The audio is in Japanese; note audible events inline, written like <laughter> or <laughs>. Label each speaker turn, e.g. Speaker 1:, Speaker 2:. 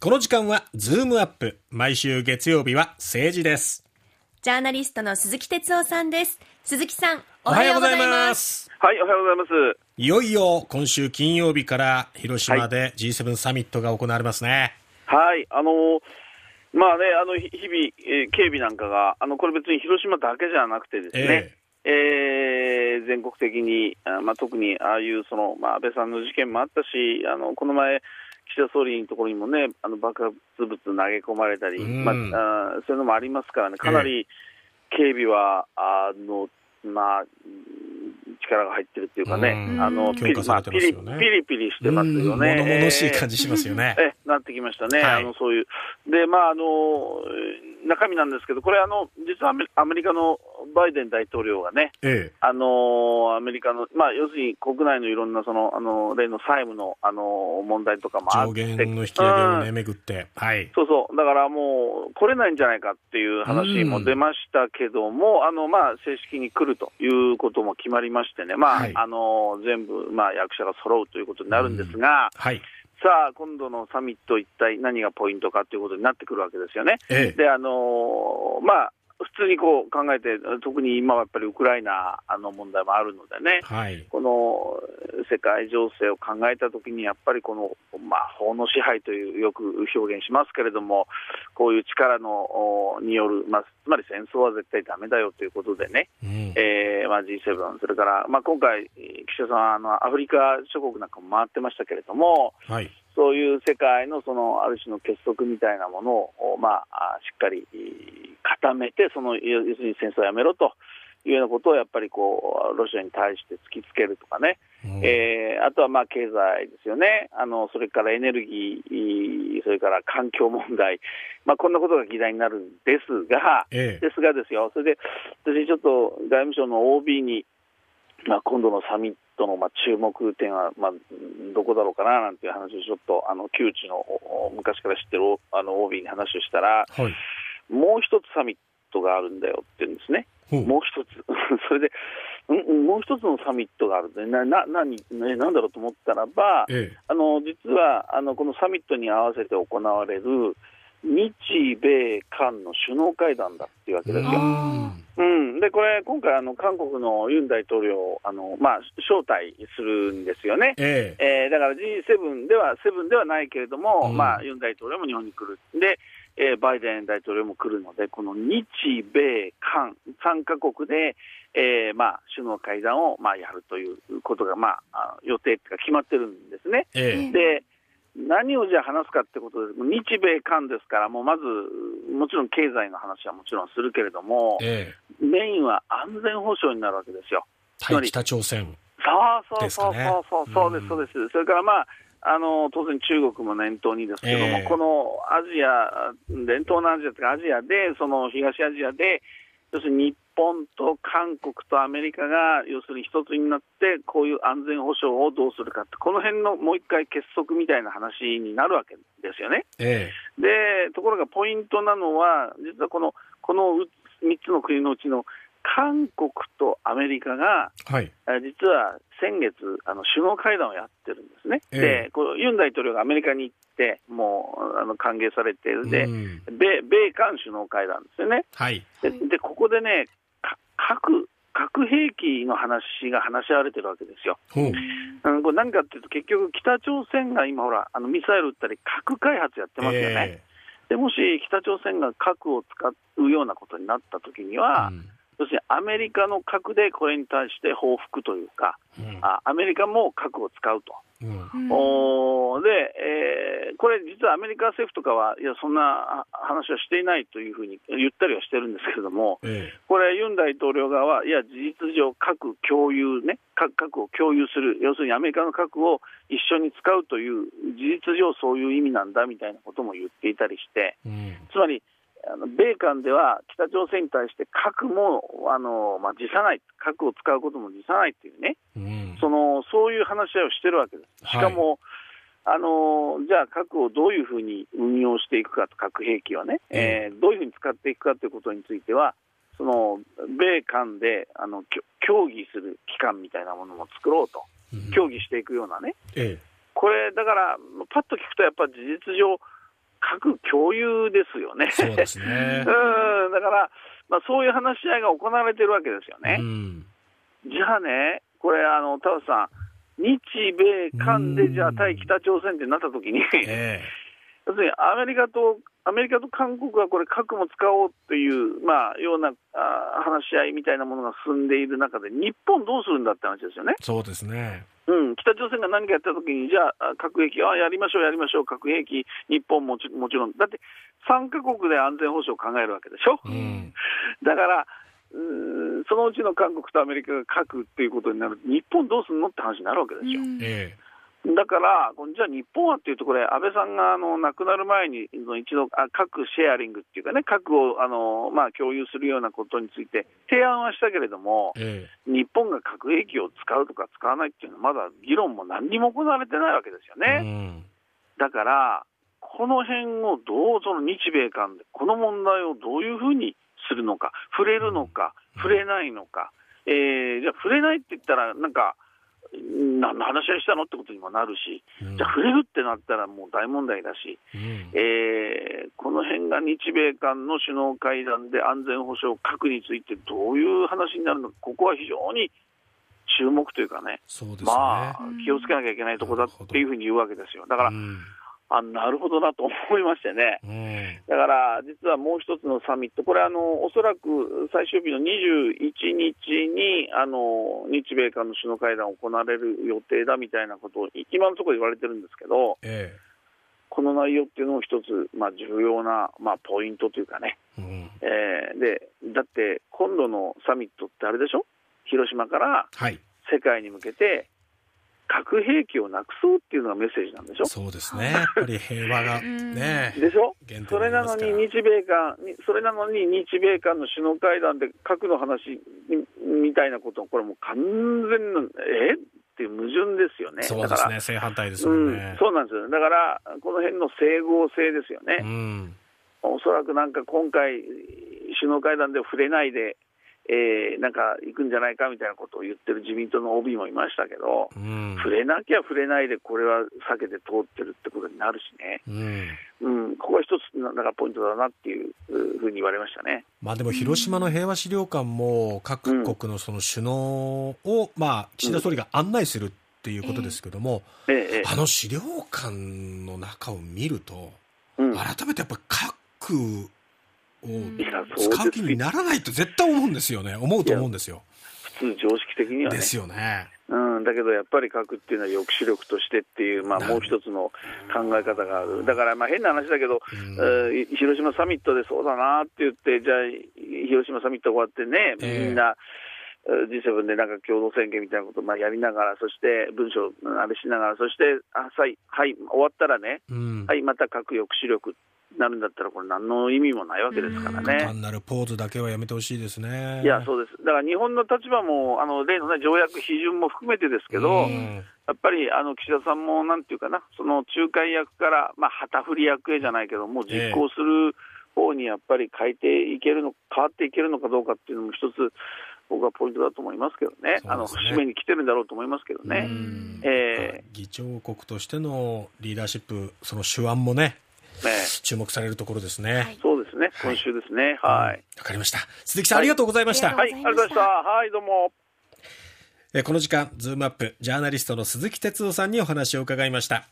Speaker 1: この時間はズームアップ毎週月曜日は政治です
Speaker 2: ジャーナリストの鈴木哲夫さんです。鈴木さん、
Speaker 1: お
Speaker 2: お
Speaker 1: は
Speaker 2: は
Speaker 1: よ
Speaker 2: よ
Speaker 1: う
Speaker 2: う
Speaker 1: ご
Speaker 2: ご
Speaker 1: ざ
Speaker 2: ざ
Speaker 1: い
Speaker 2: い
Speaker 1: ま
Speaker 2: ますす。
Speaker 3: はい、おはようございます。
Speaker 1: いよいよ今週金曜日から広島で G7 サミットが行われますね、
Speaker 3: はい、あのーまあね、あの、ひ日々、えー警備なんかが、あの、これ別に広島だけじゃなくてですね、
Speaker 1: え
Speaker 3: えー全国的に、あまあ、特にああいうその、まあ、安倍さんの事件もあったし、あのこの前、岸田総理のところにもね、あの爆発物投げ込まれたり、
Speaker 1: うん
Speaker 3: まあ、あーそういうのもありますからね、かなり警備は、あのまあ、うん力が入ってるっていうかね、
Speaker 1: うん
Speaker 3: あの
Speaker 1: 強化されてま
Speaker 3: ピ
Speaker 1: す
Speaker 3: リ
Speaker 1: よね
Speaker 3: まあピリピリピリしてます
Speaker 1: うん
Speaker 3: よね。
Speaker 1: 物々しい
Speaker 3: えー
Speaker 1: 感じしますよ
Speaker 3: <laughs>
Speaker 1: ね、
Speaker 3: ええなってきましたね、
Speaker 1: はい
Speaker 3: あのそういう、でまああのえー中身なんですけど、これあの、実はアメアメリカのバイデン大統領がね、
Speaker 1: え
Speaker 3: あのアメリカの、まあ、要するに国内のいろんなそのあの例の債務のあの問題とかも
Speaker 1: え
Speaker 3: あ
Speaker 1: 上
Speaker 3: って、
Speaker 1: 限の引き上げを
Speaker 3: う
Speaker 1: ね
Speaker 3: ん
Speaker 1: めぐってはい
Speaker 3: そうそう、だからもう来れないんじゃないかっていう話も出ましたけども、あのまあ、正式に来るということも決まりましてね、まあ
Speaker 1: はい
Speaker 3: あの全部、まあ、役者が揃うということになるんですが。
Speaker 1: はい
Speaker 3: さあ、今度のサミット、一体何がポイントかということになってくるわけですよね。
Speaker 1: ええ
Speaker 3: で、あのーまあ、普通にこう考えて、特に今はやっぱりウクライナの問題もあるのでね、
Speaker 1: はい
Speaker 3: この世界情勢を考えたときに、やっぱりこの、まあ、法の支配という、よく表現しますけれども、こういう力のおによる、まあ、つまり戦争は絶対だめだよということでね、
Speaker 1: うん
Speaker 3: えーまあ、G7、それから、まあ、今回、えー岸田さんはあの、アフリカ諸国なんかも回ってましたけれども、
Speaker 1: はい
Speaker 3: そういう世界のそのある種の結束みたいなものを、まあ、あしっかりえー固めて、その要要するに戦争をやめろというようなことをやっぱりこうロシアに対して突きつけるとかね、
Speaker 1: うん
Speaker 3: えーあとはまあ経済ですよねあの、それからエネルギー、それから環境問題、まあ、こんなことが議題になるんですが、
Speaker 1: ええ
Speaker 3: ですがですよ、それで私、ちょっと外務省の OB に、まあ、今度のサミットのまあ注目点は、まあ、どこだろうかななんていう話をちょっと、あの旧知のおお昔から知ってるおあの OB に話をしたら、
Speaker 1: はい
Speaker 3: もう一つサミットがあるんだよって言うんですね、
Speaker 1: ほう
Speaker 3: もう一つ、 <laughs> それで、うんうん、もう一つのサミットがあるんで、なな何ねなんだろうと思ったらば、
Speaker 1: ええ
Speaker 3: あの実はあのこのサミットに合わせて行われる、日米韓の首脳会談だっていうわけですよ。
Speaker 1: うん
Speaker 3: うん、でこれ、今回あの、韓国のユン大統領をあの、まあ、招待するんですよね、
Speaker 1: ええ
Speaker 3: えーだから G7 では、7ではないけれども、
Speaker 1: うん
Speaker 3: まあ、ユン大統領も日本に来る、で、えーバイデン大統領も来るので、この日米韓3カ国で、えーまあ、首脳会談を、まあ、やるということが、まああの、予定っていうか決まってるんですね。
Speaker 1: ええ
Speaker 3: で何をじゃあ話すかってことです、日米韓ですから、もうまず、もちろん経済の話はもちろんするけれども、
Speaker 1: ええ
Speaker 3: メインは安全保障になるわけですよ。
Speaker 1: 対北朝鮮
Speaker 3: そうそうそう
Speaker 1: ですかね
Speaker 3: そうそうそうです、そううです。それからまあ、あの、当然中国も念頭にですけども、
Speaker 1: ええ
Speaker 3: このアジア、伝統のアジアというかアジアで、その東アジアで、要するに日本と韓国とアメリカが、要するに一つになって、こういう安全保障をどうするかって、この辺のもう一回結束みたいな話になるわけですよね。
Speaker 1: え
Speaker 3: で、ところがポイントなのは、実はこのこのう3つの国のうちの韓国とアメリカが、
Speaker 1: えはい
Speaker 3: えー実は先月、あの首脳会談をやってるんですね。
Speaker 1: ええ
Speaker 3: でこう、ユン大統領がアメリカに行って、もうあの歓迎されて、で、
Speaker 1: うん
Speaker 3: 米米韓首脳会談ですよね。
Speaker 1: はい
Speaker 3: で、でここでね、か核核兵器の話が話し合われてるわけですよ。
Speaker 1: ほう
Speaker 3: うん、これ何かっていうと、結局、北朝鮮が今、ほら、あのミサイル撃ったり、核開発やってますよ
Speaker 1: え
Speaker 3: ね。でもし北朝鮮が核を使うようなことになったときに
Speaker 1: え
Speaker 3: は、
Speaker 1: うん
Speaker 3: 要するにアメリカの核でこれに対して報復というか、
Speaker 1: うん
Speaker 3: あアメリカも核を使うと、
Speaker 1: うん
Speaker 2: うん
Speaker 3: おーでえーこれ、実はアメリカ政府とかは、いや、そんなあ話はしていないというふうに言ったりはしてるんですけれども、
Speaker 1: え
Speaker 3: これ、ユン大統領側は、いや、事実上、核共有ね、核核を共有する、要するにアメリカの核を一緒に使うという、事実上そういう意味なんだみたいなことも言っていたりして。
Speaker 1: えうん
Speaker 3: つまり、あの米韓では北朝鮮に対して核もあの、まあ、辞さない、核を使うことも辞さないっていうね、
Speaker 1: うん
Speaker 3: そのそういう話し合いをしてるわけです。し
Speaker 1: はい
Speaker 3: かも、あのじゃあ核をどういうふうに運用していくかと、核兵器はね、えーどういうふうに使っていくかということについては、その米韓であのきょ協議する機関みたいなものも作ろうと、
Speaker 1: うん
Speaker 3: 協議していくようなね、
Speaker 1: ええ
Speaker 3: これ、だから、パッと聞くと、やっぱ事実上、核共有ですよね。
Speaker 1: そうですね。
Speaker 3: うんだから、まあ、そういう話し合いが行われてるわけですよ
Speaker 1: う
Speaker 3: ね。
Speaker 1: ん。
Speaker 3: じゃあね、これ、あの田畑さん、日米韓
Speaker 1: う
Speaker 3: で
Speaker 1: ん
Speaker 3: じゃあ対北朝鮮ってなったときに、
Speaker 1: え
Speaker 3: 要するにアメリカと、アメリカと韓国がこれ、核も使おうという、まあ、ようなあー話し合いみたいなものが進んでいる中で、日本どうするんだって話ですよね。
Speaker 1: えそうですね。
Speaker 3: うん、北朝鮮が何かやったときに、じゃあ、核兵器、あやりましょう、やりましょう、核兵器、日本もちもちろん、だって、3カ国で安全保障を考えるわけでしょ、
Speaker 1: うん。
Speaker 3: だから、うーんそのうちの韓国とアメリカが核っていうことになると、日本どうすんのって話になるわけでしょ。
Speaker 1: え
Speaker 3: だから、このじゃあ日本はっていうと、これ、安倍さんがあの亡くなる前に、その一度、あ核シェアリングっていうかね、核をあの、まあ、共有するようなことについて提案はしたけれども、
Speaker 1: ええ
Speaker 3: 日本が核兵器を使うとか使わないっていうのは、まだ議論も何にも行われてないわけですよ
Speaker 1: え
Speaker 3: ね。だから、この辺をどう、その日米間で、この問題をどういうふうにするのか、触れるのか、
Speaker 1: うん
Speaker 3: 触れないのか、えーじゃあ、触れないって言ったら、なんか、何の話し合いしたのってことにもなるし、
Speaker 1: うん。うん
Speaker 3: じゃあ、触れるってなったらもう大問題だし、
Speaker 1: うん
Speaker 3: えーこの辺が日米間の首脳会談で安全保障、核についてどういう話になるのか、ここは非常に注目というかね、
Speaker 1: そうですね。
Speaker 3: まあ、気をつけなきゃいけないとこだっていうふうに言うわけですよ。だから、
Speaker 1: うん。
Speaker 3: あなるほどなと思いましてね。
Speaker 1: うん。
Speaker 3: だから、実はもう一つのサミット、これあの、おそらく最終日の21日にあの日米韓の首脳会談を行われる予定だみたいなことを、い今のところ言われてるんですけど、
Speaker 1: え
Speaker 3: この内容っていうのも一つ、まあ、重要な、まあ、ポイントというかね、
Speaker 1: えうん。
Speaker 3: えーでだって今度のサミットってあれでしょ、広島から
Speaker 1: はい。
Speaker 3: 世界に向けて、核兵器をなくそうっていうのがメッセージなんでしょ。
Speaker 1: そうですね。やっぱり平和が
Speaker 2: うん
Speaker 1: ね、
Speaker 3: でしょ
Speaker 1: 原
Speaker 3: そ
Speaker 1: 点
Speaker 3: れ
Speaker 1: にな
Speaker 3: な
Speaker 1: ります
Speaker 3: の
Speaker 1: か
Speaker 3: に
Speaker 1: ら。
Speaker 3: 日米韓、にそれなのに日米韓の首脳会談で核の話にみたいなこと、これもう完全な、えっていう矛盾ですよね、
Speaker 1: そう
Speaker 3: だ
Speaker 1: で
Speaker 3: か
Speaker 1: す
Speaker 3: ら、
Speaker 1: ね。正反対です
Speaker 3: う
Speaker 1: もん
Speaker 3: ん
Speaker 1: ね、。
Speaker 3: そうなんですよ、だからこの辺の整合性ですよ
Speaker 1: う
Speaker 3: ね、
Speaker 1: ん。
Speaker 3: おそらくなんか今回、首脳会談では触れないで、えーなんか行くんじゃないかみたいなことを言ってる自民党の OB もいましたけど、
Speaker 1: うん。
Speaker 3: 触れなきゃ触れないで、これは避けて通ってるってことになるしね。
Speaker 1: うん。
Speaker 3: うん、ここは一つな、なんかポイントだなっていううふうに言われましたね。
Speaker 1: まあでも広島の平和資料館も各国のその首脳を、まあ岸田総理が案内するっていうことですけども、
Speaker 3: ええ、え
Speaker 1: あの資料館の中を見ると、
Speaker 3: えうん、いや
Speaker 1: 改めてやっぱ核を
Speaker 3: そうです
Speaker 1: 使う気にならないと絶対思うんですよね。思うと思うんですよ。
Speaker 3: 普通、常識的にはね
Speaker 1: ですよね。
Speaker 3: うん、だけどやっぱり核っていうのは抑止力としてっていう、まあ、
Speaker 1: なる
Speaker 3: もう
Speaker 1: ほど
Speaker 3: 一つの考え方がある、だからまあ変な話だけど、
Speaker 1: うん
Speaker 3: えー広島サミットでそうだなって言って、じゃあ、広島サミット終わってね、
Speaker 1: ええ
Speaker 3: みんな、えー G7 でなんか共同宣言みたいなことをまあやりながら、そして文章、うんあれしながら、そして、あはい、はい、終わったらね、
Speaker 1: うん。
Speaker 3: はい、また核抑止力になるんだったら、これ、何の意味もないわけですからね。
Speaker 1: 単なるポーズだけはやめてほしいですね。
Speaker 3: いや、そうです。だから日本の立場も、あの例の、ね、条約、批准も含めてですけど、
Speaker 1: うん
Speaker 3: やっぱりあの岸田さんもなんていうかな、その仲介役から、まあ、旗振り役へじゃないけど、もう実行する方にやっぱり変えていけるの、変わっていけるのかどうかっていうのも、一つ、僕はポイントだと思いますけどね、あの
Speaker 1: そうですね
Speaker 3: 節目に来てるんだろうと思いますけど
Speaker 1: う
Speaker 3: ね。
Speaker 1: ん
Speaker 3: え
Speaker 1: 議長国としてのリーダーシップ、その手腕もね、
Speaker 3: ね
Speaker 1: 注目されるところですね。
Speaker 2: はい
Speaker 3: そうですね、今週ですね。はい。
Speaker 1: わかりました。鈴木さん、ありがとうございました。
Speaker 2: はい
Speaker 3: はい、ありがとうございました。はい、どうも。
Speaker 1: えーこの時間、ズームアップ、ジャーナリストの鈴木哲夫さんにお話を伺いました。